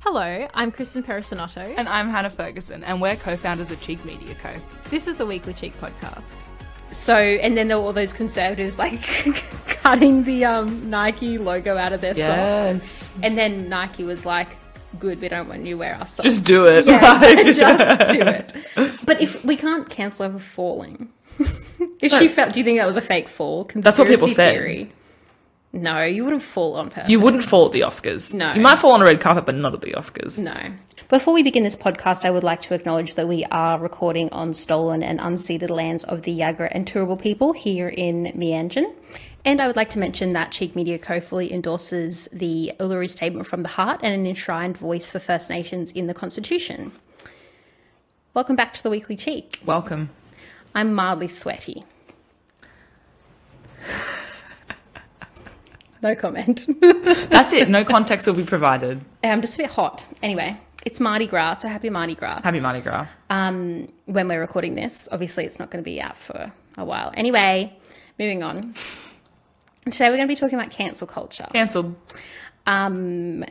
Hello, I'm Kristen Perisonotto. And I'm Hannah Ferguson, and we're co founders of Cheek Media Co. this is the Weekly Cheek podcast. So, and then there were all those conservatives like cutting the um, Nike logo out of their socks. And then Nike was like, good, we don't want you to wear our socks. Just do it. Yes, just do it. But if we can't cancel over falling, if she felt, do you think that was a fake fall? Conspiracy what people said. theory. No, you wouldn't fall on purpose. You wouldn't fall at the Oscars. No. You might fall on a red carpet, but not at the Oscars. no. Before we begin this podcast, I would like to acknowledge that we are recording on stolen and unceded lands of the Yagra and Turrbal people here in Mianjin. And I would like to mention that Cheek Media Co fully endorses the Uluru Statement from the Heart and an enshrined voice for First Nations in the Constitution. Welcome back to the Weekly Cheek. Welcome. I'm mildly sweaty. No comment. That's it. No context will be provided. I'm just a bit hot. Anyway, it's Mardi Gras, so happy Mardi Gras. Happy Mardi Gras. um, when we're recording this. Obviously, it's not going to be out for a while. Anyway, moving on. Today, we're going to be talking about cancel culture. Cancelled. Um,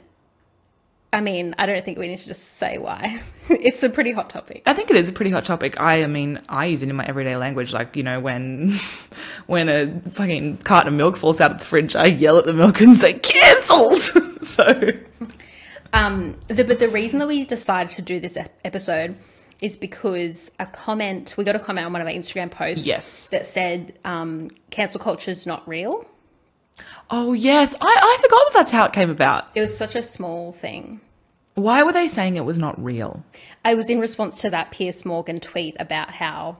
I mean, I don't think we need to just say why. it's a pretty hot topic. I think it is a pretty hot topic. I, I mean, I use it in my everyday language. Like, you know, when when a fucking carton of milk falls out of the fridge, I yell at the milk and say, cancelled. so, Um, the, but the reason that we decided to do this ep- episode is because a comment, we got a comment on one of our Instagram posts Yes. that said, um, cancel culture is not real. oh, yes. I, I forgot that that's how it came about. It was such a small thing. Why were they saying it was not real? I was in response to that Piers Morgan tweet about how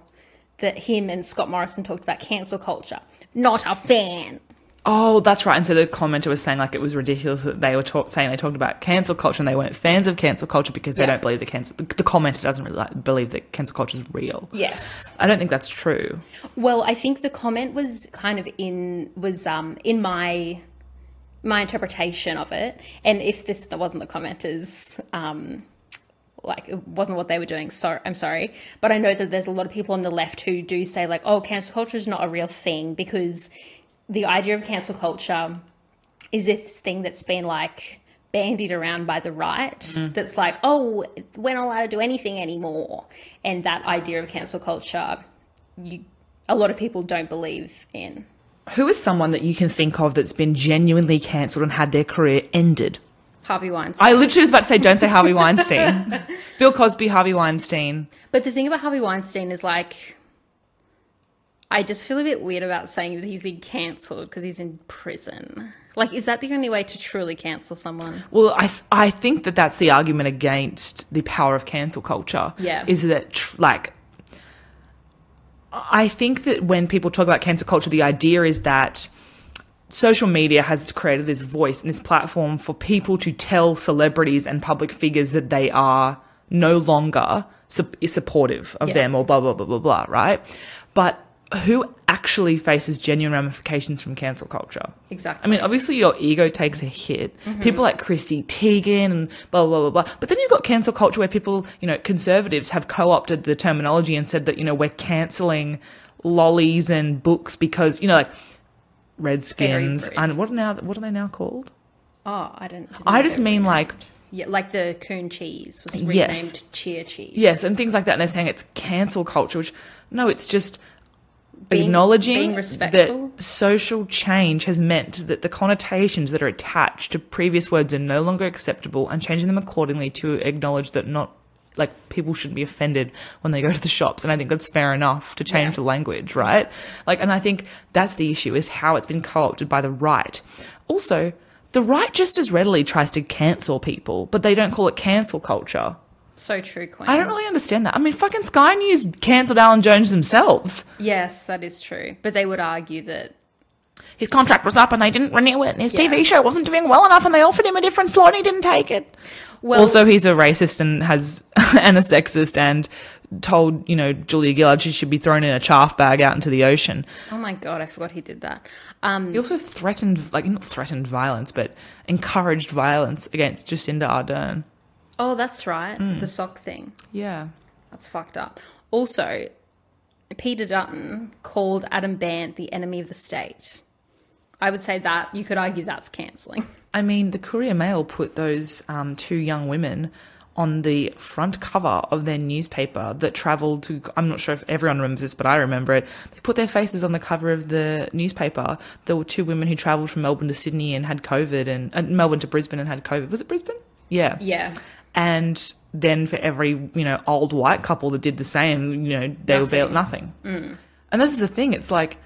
that him and Scott Morrison talked about cancel culture. Not a fan. Oh, that's right. And so the commenter was saying like it was ridiculous that they were talk- saying they talked about cancel culture and they weren't fans of cancel culture because they Yeah. don't believe that cancel. The, the commenter doesn't really like, believe that cancel culture is real. Yes. I don't think that's true. Well, I think the comment was kind of in was um in my my interpretation of it. And if this wasn't the commenters, um like it wasn't what they were doing. So I'm sorry, but I know that there's a lot of people on the left who do say like, "Oh, cancel culture is not a real thing," because the idea of cancel culture is this thing that's been like bandied around by the right that's like, oh, we're not allowed to do anything anymore. And that idea of cancel culture, you, a lot of people don't believe in. Who is someone that you can think of that's been genuinely cancelled and had their career ended? Harvey Weinstein. I literally was about to say, don't say Harvey Weinstein. Bill Cosby, Harvey Weinstein. but the thing about Harvey Weinstein is like, I just feel a bit weird about saying that he's been cancelled because he's in prison. Like, is that the only way to truly cancel someone? Well, I th- I think that that's the argument against the power of cancel culture. Yeah. is that tr- like I think that when people talk about cancel culture, the idea is that social media has created this voice and this platform for people to tell celebrities and public figures that they are no longer su- supportive of them or blah blah blah blah blah. Right, but who actually faces genuine ramifications from cancel culture? Exactly. I mean, obviously your ego takes a hit. People like Chrissy Teigen and blah, blah, blah, blah. But then you've got cancel culture where people, you know, conservatives have co-opted the terminology and said that, you know, we're canceling lollies and books because, you know, like Redskins Fairy and what are now, what are they now called? Oh, I don't. didn't I know just they were mean like, Yeah, like the coon cheese was renamed Yes. cheer cheese. yes, and things like that. And they're saying it's cancel culture, which no, it's just Being- acknowledging being respectful. that social change has meant that the connotations that are attached to previous words are no longer acceptable and changing them accordingly to acknowledge that not like people shouldn't be offended when they go to the shops and i think that's fair enough to change the language right like and i think that's the issue is how it's been co-opted by the right also the right just as readily tries to cancel people but they don't call it cancel culture So true, Queen. i don't really understand that i mean fucking sky news cancelled alan jones themselves Yes, that is true. But they would argue that His contract was up and they didn't renew it, and his Yeah. TV show wasn't doing well enough, and they offered him a different slot and he didn't take it. Well- also, he's a racist and has and a sexist, and told you know Julia Gillard she should be thrown in a chaff bag out into the ocean. oh my god, I forgot he did that. Um He also threatened like not threatened violence, but encouraged violence against Jacinda Ardern. oh that's right. Hmm. The sock thing. Yeah, That's fucked up. Also, Peter Dutton called Adam Band the enemy of the state. I would say that you could argue that's cancelling. I mean, the Courier Mail put those um, two young women on the front cover of their newspaper that traveled to. I'm not sure if everyone remembers this, but I remember it. They put their faces on the cover of the newspaper. There were two women who traveled from Melbourne to Sydney and had COVID, and, and Melbourne to Brisbane and had COVID. Was it Brisbane? Yeah. Yeah. And then for every you know old white couple that did the same, you know they were bare nothing. And this is the thing. It's like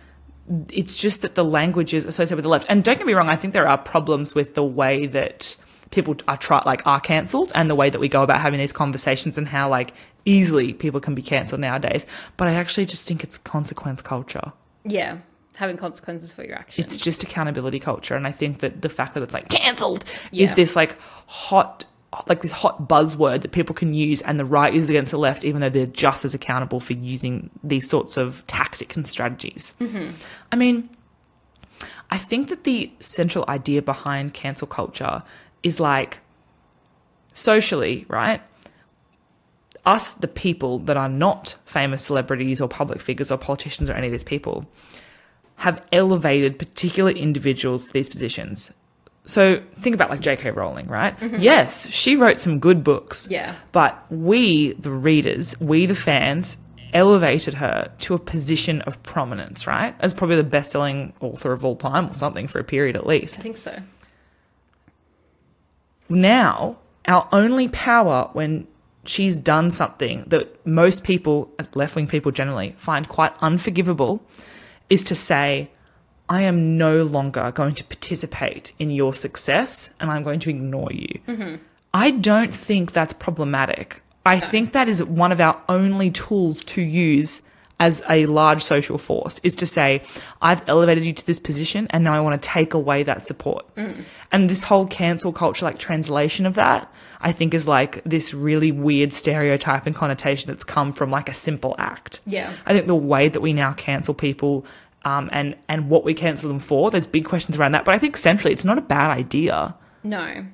it's just that the language is associated with the left. And don't get me wrong, I think there are problems with the way that people are try like are cancelled and the way that we go about having these conversations and how like easily people can be cancelled nowadays. But I actually just think it's consequence culture. Yeah. Having consequences for your actions. It's just accountability culture. And I think that the fact that it's like cancelled is Yeah. this like hot like this hot buzzword that people can use and the right is against the left even though they're just as accountable for using these sorts of tactics and strategies. I mean, I think that the central idea behind cancel culture is like socially, right? Us, the people that are not famous celebrities or public figures or politicians or any of these people, have elevated particular individuals to these positions. So think about like J.K. Rowling, right? Yes, she wrote some good books. Yeah. But we, the readers, we, the fans, elevated her to a position of prominence, right? As probably the best selling author of all time or something for a period at least. I think so. Now, our only power when she's done something that most people, left wing people generally, find quite unforgivable is to say, I am no longer going to participate in your success and I'm going to ignore you. I don't think that's problematic. I think that is one of our only tools to use as a large social force is to say, I've elevated you to this position and now I want to take away that support. And this whole cancel culture, like translation of that, I think is like this really weird stereotype and connotation that's come from like a simple act. Yeah. I think the way that we now cancel people um, and and what we cancel them for, there's big questions around that. But I think centrally, it's not a bad idea. No.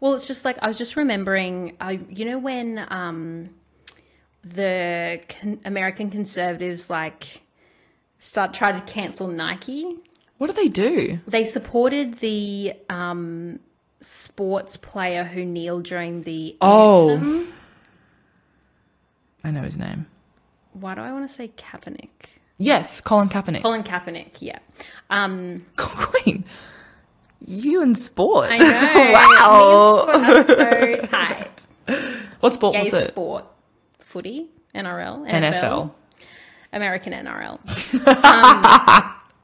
Well, it's just like I was just remembering. I you know when um, the con- American conservatives like start tried to cancel Nike. What do they do? They supported the um, sports player who kneeled during the Oh. anthem. I know his name. Why do I want to say Kaepernick? Yes, Colin Kaepernick. Colin Kaepernick. Yeah. Um, Queen, you in sport. I know. wow. That's so tight. What sport Gay was it? sport, footy, NRL, NFL. NFL. American NRL. um,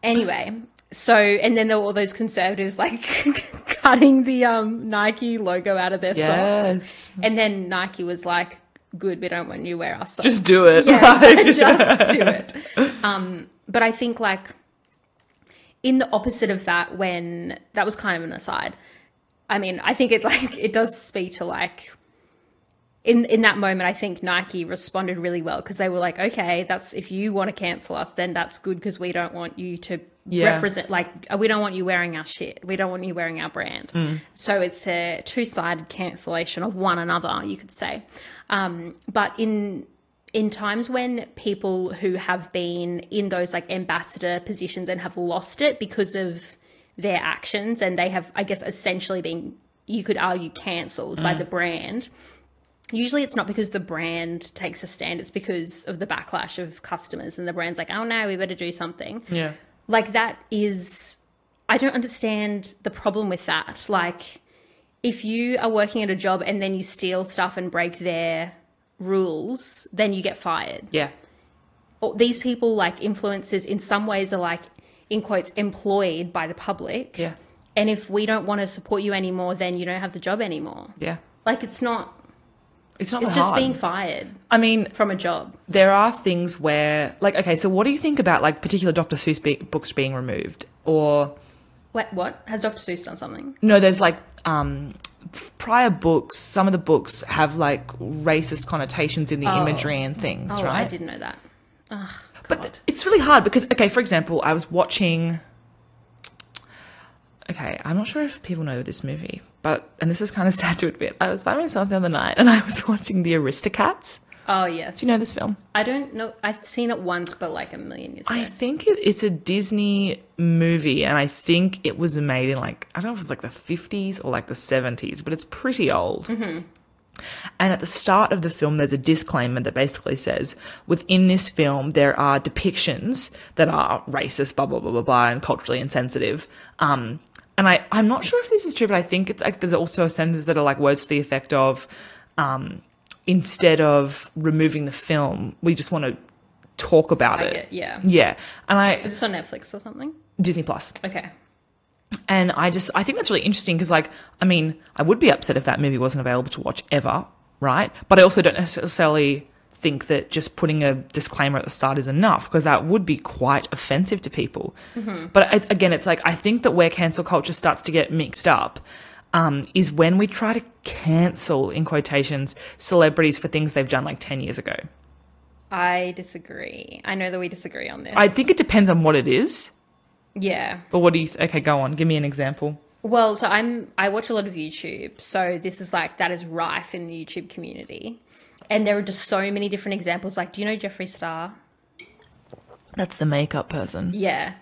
anyway, so and then there were all those conservatives like cutting the um, Nike logo out of their Yes. socks, and then Nike was like, "Good, we don't want you to wear our socks. Just do it. Yes, Like- just do it." Um, but I think like in the opposite of that, when that was kind of an aside. I mean, I think it like it does speak to like in in that moment i think nike responded really well because they were like okay that's if you want to cancel us then that's good because we don't want you to Yeah. represent like we don't want you wearing our shit we don't want you wearing our brand Mm. so it's a two-sided cancellation of one another you could say um, but in in times when people who have been in those like ambassador positions and have lost it because of their actions and they have i guess essentially been you could argue cancelled by the brand usually it's not because the brand takes a stand it's because of the backlash of customers and the brand's like oh no we better do something Yeah. like that is i don't understand the problem with that like if you are working at a job and then you steal stuff and break their rules then you get fired Yeah. or these people like influencers in some ways are like in quotes employed by the public Yeah. and if we don't want to support you anymore then you don't have the job anymore Yeah. like it's not It's not it's that just hard. being fired I mean, from a job. there are things where, like, okay, so what do you think about like particular Dr. Seuss be- books being removed, or What? What has Dr. Seuss done something? No, there's like um, f- prior books. Some of the books have like racist connotations in the imagery and things, Oh, right? I didn't know that. Oh, But God. th- it's really hard because, okay, for example, I was watching. Okay, I'm not sure if people know this movie, but and this is kind of sad to admit, I was by myself the other night and I was watching The Aristocats. Oh yes. Do you know this film? I don't know. I've seen it once, but like a million years ago. I think it, it's a Disney movie, and I think it was made in like I don't know if it was like the fifties or like the seventies, but it's pretty old. And at the start of the film, there's a disclaimer that basically says, within this film, there are depictions that are racist, blah blah blah blah blah, and culturally insensitive. Um, and I I'm not sure if this is true, but I think it's like there's also sentences that are like words to the effect of, um, instead of removing the film, we just want to talk about Like it. it, yeah. Yeah. And I Is this on Netflix or something? Disney Plus. Okay. And I just I think that's really interesting because like I mean, I would be upset if that movie wasn't available to watch ever, right? But I also don't necessarily think that just putting a disclaimer at the start is enough because that would be quite offensive to people. But I, again, it's like I think that where cancel culture starts to get mixed up um, is when we try to cancel in quotations celebrities for things they've done like 10 years ago. I disagree. I know that we disagree on this. I think it depends on what it is. yeah. But what do you th- okay, go on, give me an example. Well, so I'm I watch a lot of YouTube, so this is like that is rife in the YouTube community. And there are just so many different examples. Like, do you know Jeffree Star? That's the makeup person. Yeah.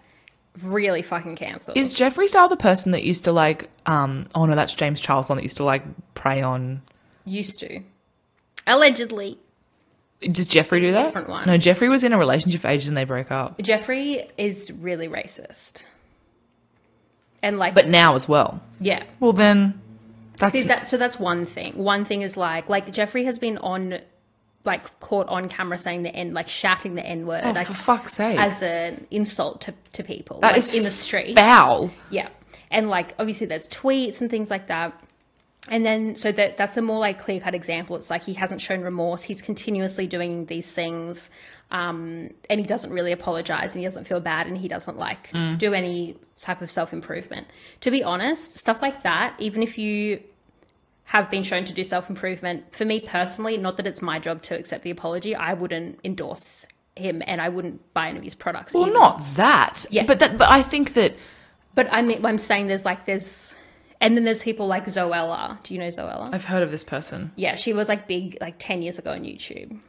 Really fucking cancelled. Is Jeffree Star the person that used to like? Um, oh no, that's James Charleston that used to like prey on. Used to. Allegedly. Does Jeffrey do that? different one. No, Jeffrey was in a relationship for ages and they broke up. Jeffrey is really racist. And like But now as well. yeah. Well then, that's See, that, so that's one thing. One thing is like like Jeffrey has been on like caught on camera saying the N like shouting the N word oh, like for fuck's sake. as an insult to, to people. that like, is in the street. Foul. Yeah. And like obviously there's tweets and things like that. And then so that that's a more like clear cut example. It's like he hasn't shown remorse. He's continuously doing these things. Um, and he doesn't really apologize and he doesn't feel bad and he doesn't like do any type of self improvement. To be honest, stuff like that, even if you have been shown to do self improvement, for me personally, not that it's my job to accept the apology, I wouldn't endorse him and I wouldn't buy any of his products. Well, either. not that. Yeah. But that. But I think that But I mean, I'm saying there's like there's, and then there's people like Zoella. Do you know Zoella? I've heard of this person. Yeah, she was like big like ten years ago on YouTube,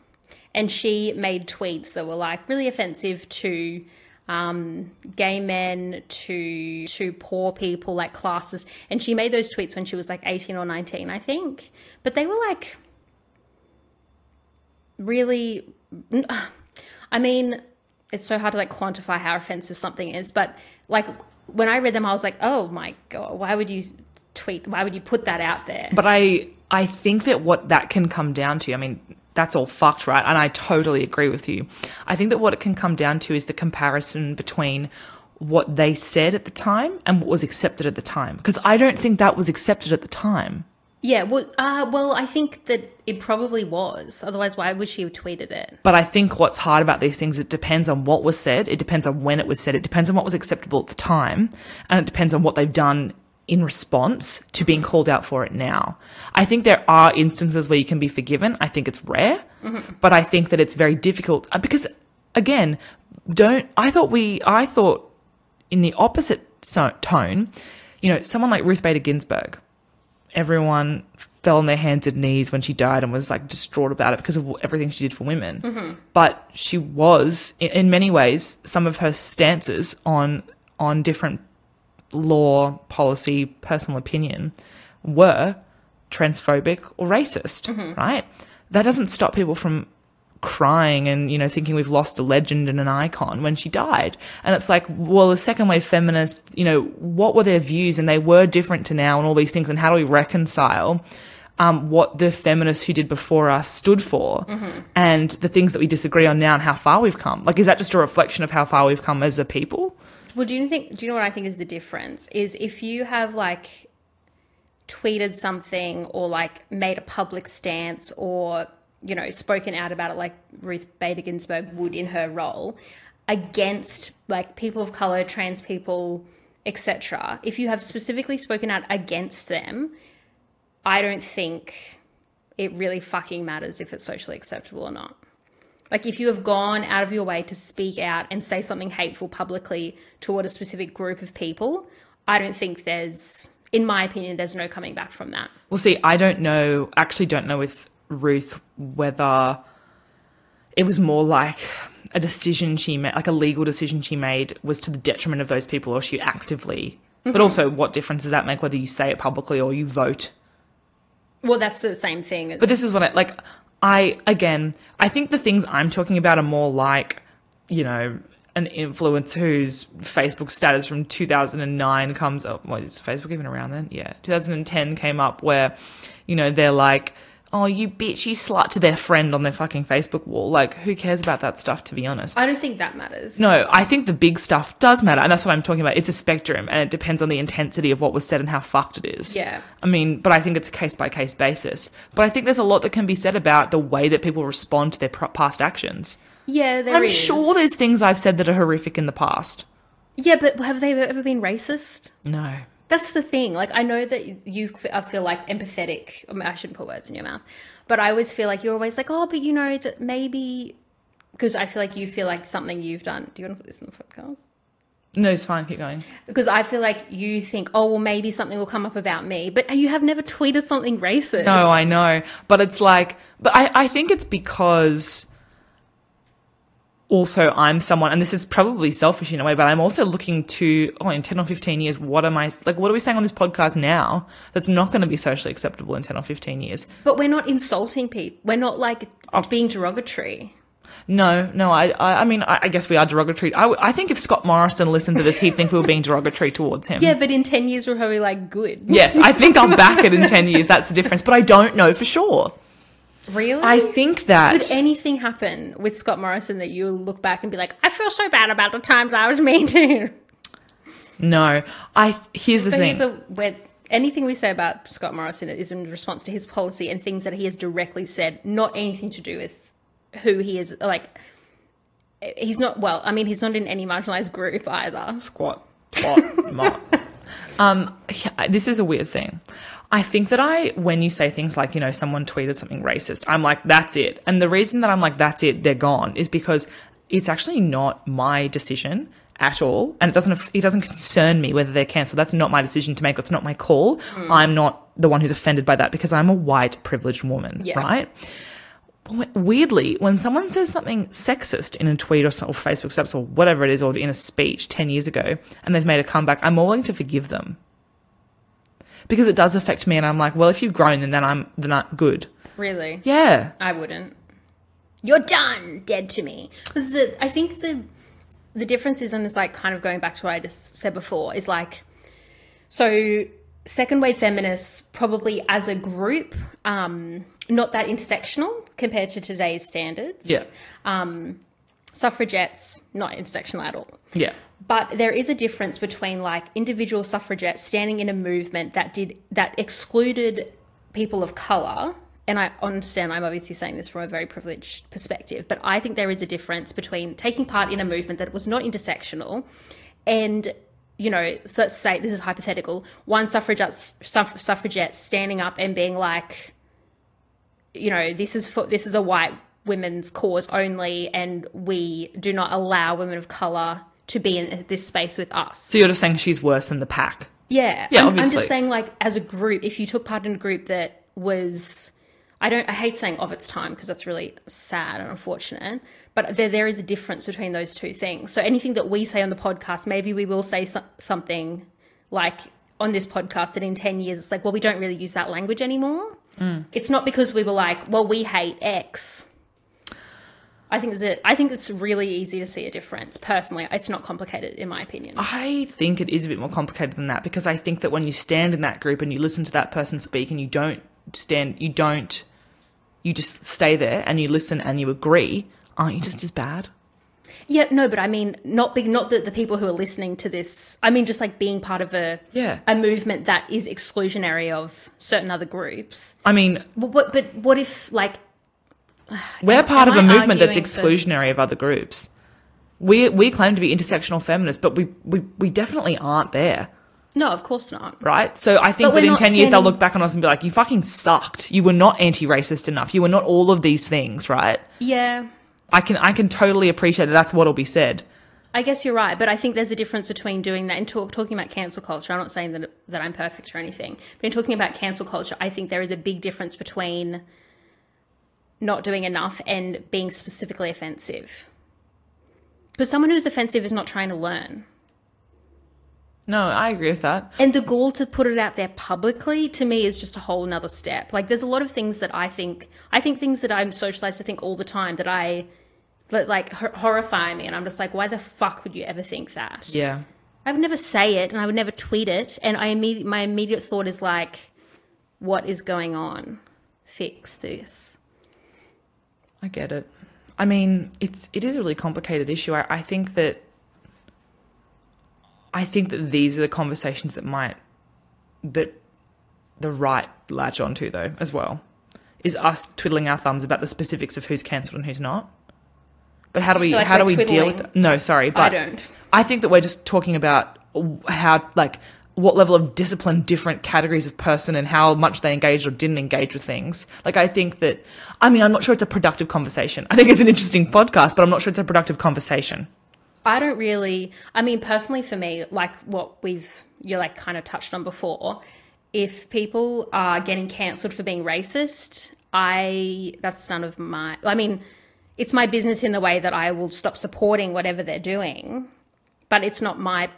and she made tweets that were like really offensive to um, gay men, to to poor people, like classes. And she made those tweets when she was like eighteen or nineteen, I think. But they were like really I mean, it's so hard to like quantify how offensive something is, but like when I read them, I was like, oh my god, why would you tweet? Why would you put that out there? But I I think that what that can come down to, I mean, that's all fucked, right? And I totally agree with you. I think that what it can come down to is the comparison between what they said at the time and what was accepted at the time. Because I don't think that was accepted at the time. Yeah, well, uh, well, I think that it probably was. Otherwise, why would she have tweeted it? But I think what's hard about these things, it depends on what was said, it depends on when it was said, it depends on what was acceptable at the time, and it depends on what they've done in response to being called out for it now. I think there are instances where you can be forgiven. I think it's rare, but I think that it's very difficult uh, because, again, don't, I thought we, I thought in the opposite so- tone, you know, someone like Ruth Bader Ginsburg, everyone fell on their hands and knees when she died and was like distraught about it because of everything she did for women. But she was, in, in many ways, some of her stances on on different law, policy, personal opinion were transphobic or racist, right? That doesn't stop people from crying and you know thinking we've lost a legend and an icon when she died and it's like well the second wave feminists you know what were their views and they were different to now and all these things and how do we reconcile um, what the feminists who did before us stood for and the things that we disagree on now and how far we've come like is that just a reflection of how far we've come as a people Well, do you think? Do you know what I think is the difference? Is if you have like tweeted something or like made a public stance or you know spoken out about it, like Ruth Bader Ginsburg would in her role against like people of color, trans people, etc. If you have specifically spoken out against them, I don't think it really fucking matters if it's socially acceptable or not. Like if you have gone out of your way to speak out and say something hateful publicly toward a specific group of people, I don't think there's in my opinion there's no coming back from that. Well, see, I don't know, actually don't know with Ruth whether it was more like a decision she made, like a legal decision she made, was to the detriment of those people, or she actively. But also, what difference does that make whether you say it publicly or you vote? Well, that's the same thing. It's, But this is what I like. I again, I think the things I'm talking about are more like, you know, an influencer whose Facebook status from 2009 comes up. What is Facebook even around then? Yeah, 2010 came up where, you know, they're like, "Oh, you bitch, you slut" to their friend on their fucking Facebook wall. Like, who cares about that stuff? To be honest, I don't think that matters. no, I think the big stuff does matter, and that's what I'm talking about. It's a spectrum, and it depends on the intensity of what was said and how fucked it is. Yeah. I mean, but I think it's a case by case basis. But I think there's a lot that can be said about the way that people respond to their pro- past actions. Yeah, there I'm is. sure there's things I've said that are horrific in the past. Yeah, but have they ever been racist? No. That's the thing. Like, I know that you, I feel like empathetic. I, mean, I shouldn't put words in your mouth, but I always feel like you're always like, oh, but you know, d- maybe because I feel like you feel like something you've done. Do you want to put this in the podcast? No, it's fine. Keep going. Because I feel like you think, oh, well, maybe something will come up about me, but you have never tweeted something racist. No, I know. But it's like, but I, I think it's because also I'm someone, and this is probably selfish in a way, but I'm also looking to, oh, in 10 or 15 years, what am I, like, what are we saying on this podcast now that's not going to be socially acceptable in 10 or 15 years? But we're not insulting people. We're not like Oh. being derogatory. No, no, I, I, I mean, I, I guess we are derogatory. I, w- I think if Scott Morrison listened to this, he'd think we were being derogatory towards him. Yeah, but in 10 years, we're probably like, good. Yes, I think I'll back it in 10 years. That's the difference. But I don't know for sure. Really? I think that. Could anything happen with Scott Morrison that you look back and be like, I feel so bad about the times I was mean to him? no, I, here's the So thing. here's a where anything we say about Scott Morrison is in response to his policy and things that he has directly said, not anything to do with who he is. Like he's not well. I mean, he's not in any marginalized group either. squat, squat, mop. Um, yeah, this is a weird thing. I think that I, when you say things like, you know, someone tweeted something racist, I'm like, that's it. And the reason that I'm like, that's it, they're gone, is because it's actually not my decision at all, and it doesn't aff- it doesn't concern me whether they're cancelled. That's not my decision to make. That's not my call. I'm not the one who's offended by that because I'm a white privileged woman, Yeah. right? But we- weirdly, when someone says something sexist in a tweet or, some, or Facebook status or whatever it is, or in a speech 10 years ago, and they've made a comeback, I'm more willing to forgive them. Because it does affect me, and I'm like, well, if you've grown, then, then I'm then I'm good. Really, Yeah. I wouldn't. You're done, dead to me. Because the I think the the difference is, and it's like kind of going back to what I just said before, is like so second wave feminists probably as a group, um, not that intersectional compared to today's standards. Yeah. suffragettes not intersectional at all Yeah. but there is a difference between like individual suffragettes standing in a movement that did that excluded people of color and i understand i'm obviously saying this from a very privileged perspective but i think there is a difference between taking part in a movement that was not intersectional and you know so let's say this is hypothetical one suffragette suff- suffragette standing up and being like you know this is for this is a white women's cause only and we do not allow women of color to be in this space with us So you're just saying she's worse than the pack. yeah Yeah, I'm, I'm obviously. just saying like as a group if you took part in a group that was i don't i hate saying of its time because that's really sad and unfortunate but there, there is a difference between those two things so anything that we say on the podcast maybe we will say so- something like on this podcast that in 10 years it's like well we don't really use that language anymore it's not because we were like well we hate x I think there's a, I think it's really easy to see a difference. Personally, it's not complicated in my opinion. I think it is a bit more complicated than that because I think that when you stand in that group and you listen to that person speak and you don't stand, you don't, you just stay there and you listen and you agree, aren't you just as bad? Yeah, no, but I mean, not big, not that the people who are listening to this. I mean, just like being part of a Yeah. a movement that is exclusionary of certain other groups. I mean, But what, but what if like We're part of I a movement that's arguing for- exclusionary of other groups. We we claim to be intersectional feminists, but we, we, we definitely aren't there, no, of course not. right? So I think But that we're in not ten years they'll standing- look back on us and be like, "You fucking sucked. You were not anti-racist enough. You were not all of these things, right?" Yeah, I can I can totally appreciate that. That's what'll be said. I guess you're right, but I think there's a difference between doing that and talk, talking about cancel culture. I'm not saying that that I'm perfect or anything, but in talking about cancel culture, I think there is a big difference between not doing enough and being specifically offensive. Because someone who's offensive is not trying to learn. No, I agree with that. And the goal to put it out there publicly to me is just a whole nother step. Like there's a lot of things that I think I think things that I'm socialized to think all the time that I that like hor- horrify me and I'm just like why the fuck would you ever think that? Yeah. I would never say it and I would never tweet it and I imme- my immediate thought is like what is going on? Fix this. I get it. I mean, it's it is a really complicated issue. I, I think that I think that these are the conversations that might that the right latch onto though as well. Is us twiddling our thumbs about the specifics of who's cancelled and who's not. But how do we feel like how do we we're deal with twiddling? that? No, sorry, but don't. I think that we're just talking about how like what level of discipline different categories of person and how much they engaged or didn't engage with things. Like I think that I mean I'm not sure it's a productive conversation. I think it's an interesting podcast, but I'm not sure it's a productive conversation. I don't really. I mean, personally, for me, like what we've you like kind of touched on before, if people are getting cancelled for being racist, I that's none of my. I mean, it's my business in the way that I will stop supporting whatever they're doing, but it's not my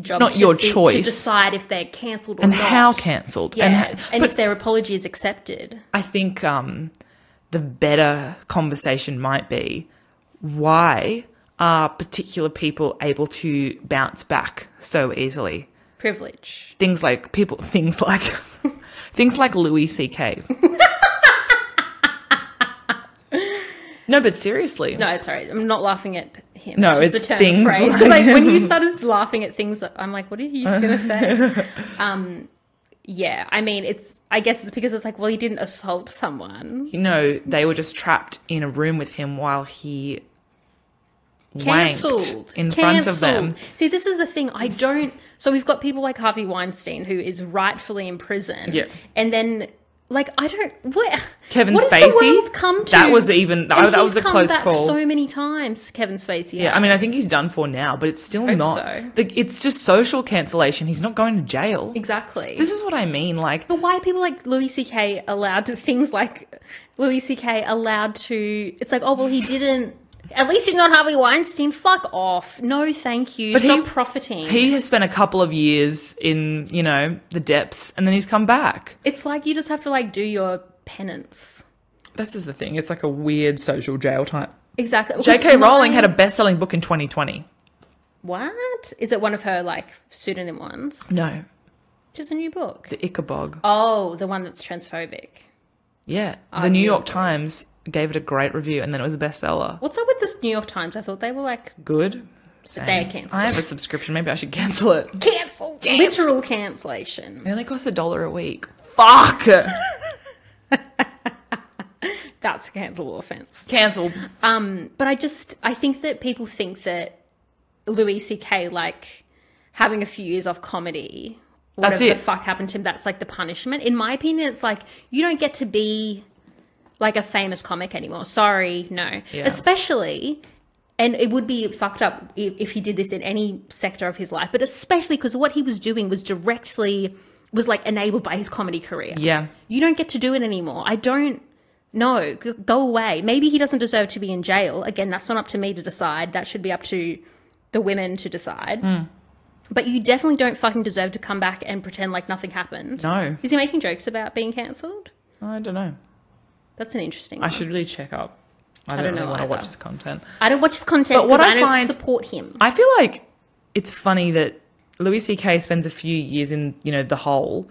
job. not to your be- to choice. decide if they're cancelled or And not. how cancelled? Yeah, And and, ha- if their apology is accepted. I think um, the better conversation might be why are particular people able to bounce back so easily? Privilege. things like people things like things like Louis CK. no, but seriously. No, sorry, I'm not laughing at him. No, just it's the term things phrase. like- Like, when you started laughing at things, that- I'm like, what are you going to say? Um, yeah, I mean, it's. I guess it's because it's like, well, he didn't assault someone. You know, they were just trapped in a room with him while he Cancelled wanked in front of them. Cancelled. See, this is the thing. I don't. So we've got people like Harvey Weinstein, who is rightfully in prison. Yeah. and then. Like I don't what Kevin what Spacey. Has the world come to? That was even that, And that he's was a come close back call. So many times, Kevin Spacey. yeah, I has. mean, I think he's done for now, but it's still Hope not. so. Like, it's just social cancellation. He's not going to jail. exactly. This is what I mean. Like, But why are people like Louis C.K. allowed to things like Louis C.K. allowed to? It's like, oh well, he didn't. At least he's not Harvey Weinstein. Fuck off. No, thank you. But Stop he- profiting. he has spent a couple of years in, you know, the depths, and then he's come back. it's like you just have to like do your penance. This is the thing. It's like a weird social jail type. Exactly. J.K. Because my- Rowling had a best-selling book in 2020. what? Is it one of her like pseudonym ones? No, Just a new book. the Ichabog. Oh, the one that's transphobic. Yeah, the New York Times gave it a great review, and then it was a bestseller. What's up with this New York Times? I thought they were like Good. they're Same. cancelled. I have a subscription. Maybe I should cancel it. cancel, literal cancellation. It only costs a dollar a week. Fuck. That's a cancelable offense. cancel. but I just I think that people think that Louis C.K. like having a few years off comedy, whatever That's it. the fuck happened to him, that's like the punishment. In my opinion, it's like you don't get to be like a famous comic anymore. Sorry, no. Yeah. Especially and it would be fucked up if, if he did this in any sector of his life, but especially because what he was doing was directly was like enabled by his comedy career. Yeah. You don't get to do it anymore. I don't. No, g- go away. Maybe he doesn't deserve to be in jail. Again, that's not up to me to decide. That should be up to the women to decide. Hmm. But you definitely don't fucking deserve to come back and pretend like nothing happened. No. Is he making jokes about being cancelled? I don't know. That's an interesting. I one. should really check up. I don't, don't really know want to watch either. his content. I don't watch his content. But But what what I I, don't find- support him. I feel like it's funny that Louis C.K. spends a few years in, you know, the hole,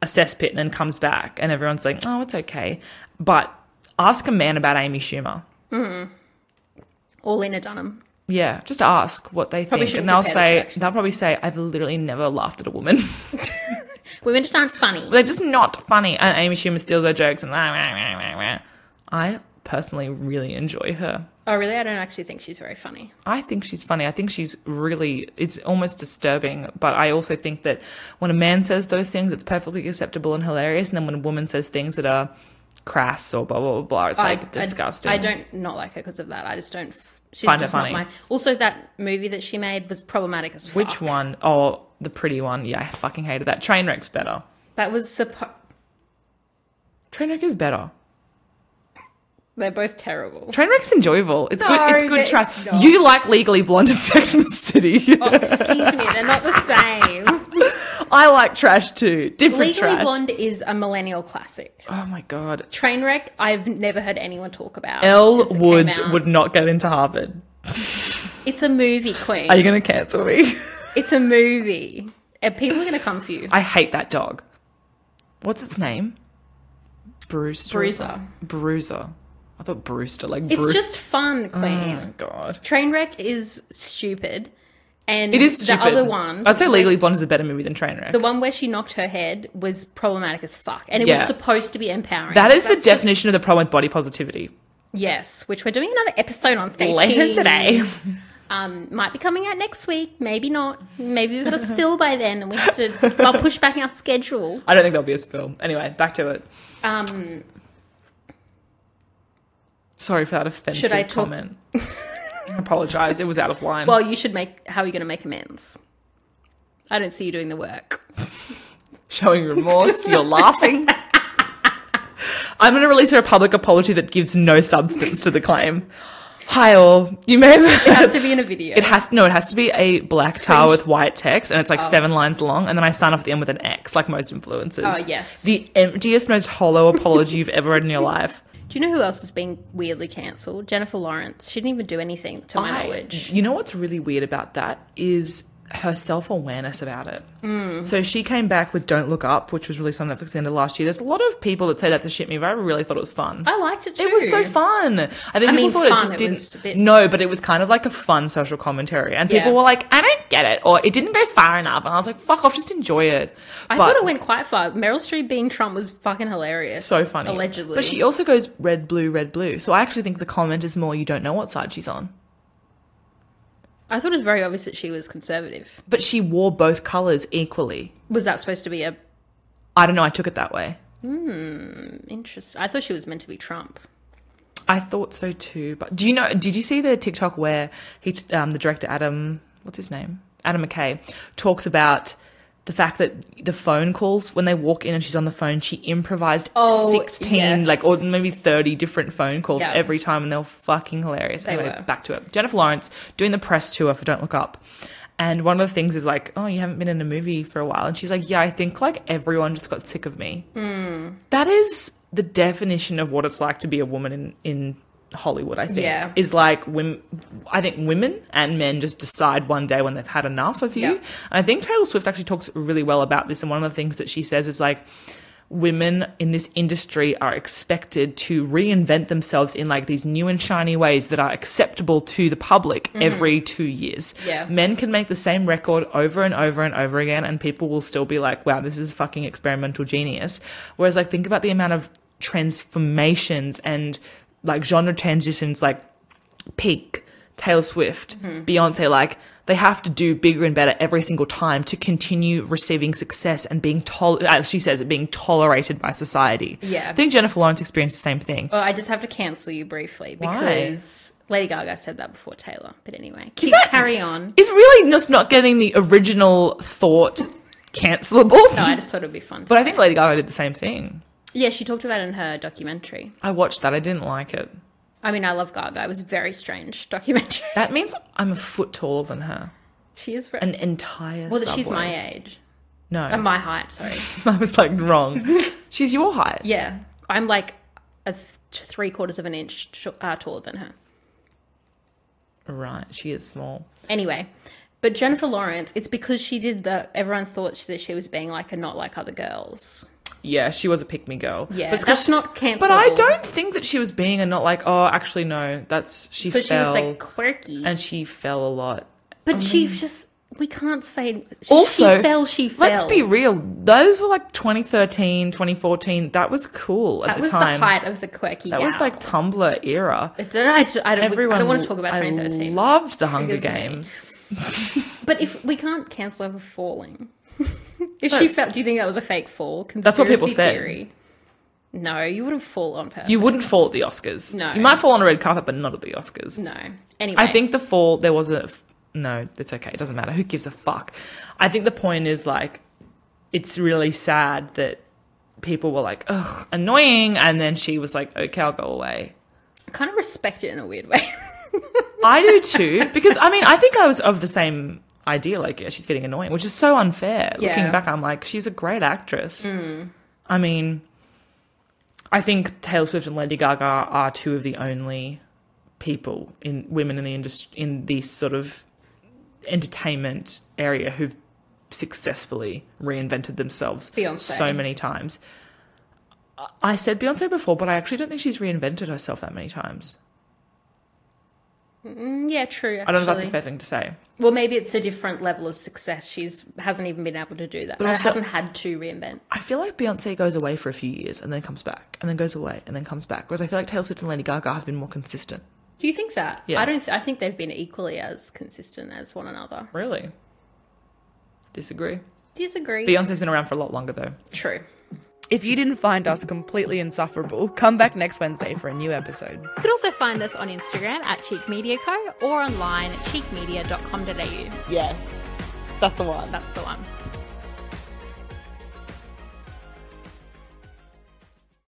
a cesspit, and then comes back, and everyone's like, oh, it's okay. But ask a man about Amy Schumer. All in a Dunham. Yeah, just ask what they Probably think, shouldn't and they'll compare the two, say actually. they'll probably say I've literally never laughed at a woman. Women just aren't funny. They're just not funny, and Amy Schumer steals their jokes. And I personally really enjoy her. Oh, really? I don't actually think she's very funny. I think she's funny. I think she's really, it's almost disturbing. But I also think that when a man says those things, it's perfectly acceptable and hilarious. And then when a woman says things that are crass or blah, blah, blah, blah it's like disgusting. I, don't not like her because of that. I just don't. f- She's Find her just not funny. my. Also, that movie that she made was problematic as fuck. Which one? Oh, the pretty one. Yeah, I fucking hated that. Trainwreck's better. That was supposed. Trainwreck is better. They're both terrible. Trainwreck's enjoyable. It's good. It's good it's trash. not. You like Legally Blonde and Sex in the City. Excuse me, they're not the same. I like trash too. Different Legally trash. Blonde is a millennial classic. Oh my god. Trainwreck, I've never heard anyone talk about. Elle since it came Woods out. would not get into Harvard. It's a movie, Queen. Are you going to cancel me? It's a movie. And people are going to come for you. I hate that dog. What's its name? Brewster. or Bruiser. something? Bruiser. I thought Brewster, like It's Bruce. just fun, Queen. Oh my god. Trainwreck is stupid. And It is stupid. the other one, I'd say Legally Blonde is a better movie than Trainwreck. the one where she knocked her head, was problematic as fuck. And it Yeah. was supposed to be empowering. that is the That's just- definition of the problem with body positivity. Yes, which we're doing another episode on stage Later today. Um, might be coming out next week, maybe not. Maybe we've got a spill by then, and we have to. I'll push back our schedule. I don't think there'll be a spill. Anyway, back to it. Um, Sorry for that offensive Should I talk- comment. I apologize. It was out of line. well, you should make. How are you going to make amends? I don't see you doing the work. Showing remorse. You're laughing. I'm going to release a public apology that gives no substance to the claim. Hi all. You may have. It has to be in a video. It has no. It has to be a black tower with white text, and it's like seven lines long. And then I sign off at the end with an X, like most influencers. Oh, yes. the emptiest, most hollow apology you've ever read in your life. do you know who else has been weirdly cancelled? Jennifer Lawrence. She didn't even do anything, to my knowledge. You know what's really weird about that is her self awareness about it. Mm. So she came back with "Don't Look Up," which was released on Netflix at the end of last year. There's a lot of people that say that's a shit movie. I really thought it was fun. I liked it too. It was so fun. I think people mean, thought it fun, just it was didn't. a bit- No, but it was kind of like a fun social commentary, and people Yeah. were like, "I don't get it," or "It didn't go far enough," and I was like, "Fuck off, just enjoy it." I thought it went quite far. Meryl Streep being Trump was fucking hilarious. so funny, Allegedly, But she also goes red, blue, red, blue. So I actually think the comment is more, "You don't know what side she's on." I thought it was very obvious that she was conservative. But she wore both colors equally. Was that supposed to be a I don't know. I took it that way. interest? I thought she was meant to be Trump. I thought so too. But do you know? Did you see the TikTok where he, t- um, the director Adam, what's his name, Adam McKay, talks about the fact that the phone calls when they walk in and she's on the phone, she improvised Oh, sixteen, yes. like or maybe thirty different phone calls Yeah. every time, and they were fucking hilarious. anyway, were. back to it. Jennifer Lawrence doing the press tour for Don't Look Up. And one of the things is like, oh, you haven't been in a movie for a while. And she's like, yeah, I think like everyone just got sick of me. That is the definition of what it's like to be a woman in in Hollywood. I think Yeah. is like women. I think women and men just decide one day when they've had enough of you. Yeah. And I think Taylor Swift actually talks really well about this. And one of the things that she says is like. Women in this industry are expected to reinvent themselves in like these new and shiny ways that are acceptable to the public every two years. Mm-hmm. Yeah. Men can make the same record over and over and over again, and people will still be like, wow, this is fucking experimental genius. Whereas, like, think about the amount of transformations and like genre transitions, like Peak, Taylor Swift, Beyonce, like, they have to do bigger and better every single time to continue receiving success and being tol as she says, it being tolerated by society. Yeah. I think Jennifer Lawrence experienced the same thing. Oh, I just have to cancel you briefly Why? because Lady Gaga said that before Taylor. But anyway, keep, that- carry on. Is really just not getting the original thought cancelable. No, I just thought it'd be fun. But I think Lady Gaga did the same thing. yeah, she talked about it in her documentary. I watched that. I didn't like it. I mean, I love Gaga. It was a very strange documentary. That means I'm a foot taller than her. she is very, An entire. well. She's subway. my age. No, Uh, my height. Sorry. I was like wrong. she's your height. Yeah, I'm like a th- three quarters of an inch sh- uh, taller than her. Right. She is small. Anyway, but Jennifer Lawrence, it's because she did the. Everyone thought she, that she was being like a not like other girls. Yeah, she was a pick me girl. Yeah, But it's 'cause that's she- not cancel. But I don't think that she was being and not like, oh, actually no, that's she fell because she was like quirky. and she fell a lot. But she just we can't say she, Also, she fell. She fell. Let's be real. Those were like 2013, 2014. That was cool at that the was time. the height of the quirky. that was gal. like Tumblr era. I don't, I, just- I don't, Everyone I don't want to talk about I 2013. loved the Hunger Triggers me. Games. but if we can't cancel over falling, if she fell, do you think that was a fake fall? That's what people Conspiracy said. Theory. No, you wouldn't fall on purpose. You wouldn't fall at the Oscars. No. You might fall on a red carpet, but not at the Oscars. no. Anyway, I think the fall, there was a. No, it's okay. It doesn't matter. Who gives a fuck? I think the point is like, it's really sad that people were like, ugh, annoying. And then she was like, okay, I'll go away. kind of respect it in a weird way. I do too, because I mean, I think I was of the same idea. Like, yeah, she's getting annoying, which is so unfair. Looking Yeah. Mm. back, I'm like, she's a great actress. I mean, I think Taylor Swift and Lady Gaga are two of the only people in women in the industry in this sort of entertainment area who've successfully reinvented themselves Beyonce. so many times. I- I said Beyonce before, but I actually don't think she's reinvented herself that many times. Mm, yeah, true. Actually. I don't know if that's a fair thing to say. Well, maybe it's a different level of success. She's hasn't even been able to do that. But also- hasn't had to reinvent. I feel like Beyonce goes away for a few years and then comes back and then goes away and then comes back. Whereas I feel like Taylor Swift and Lady Gaga have been more consistent. Do you think that? Yeah. I don't. Th- I think they've been equally as consistent as one another. Really? Disagree. Disagree. Beyonce's been around for a lot longer though. True. If you didn't find us completely insufferable, come back next Wednesday for a new episode. You could also find us on Instagram at Cheek Media Co or online at cheekmedia.com.au. Yes. That's the one. That's the one.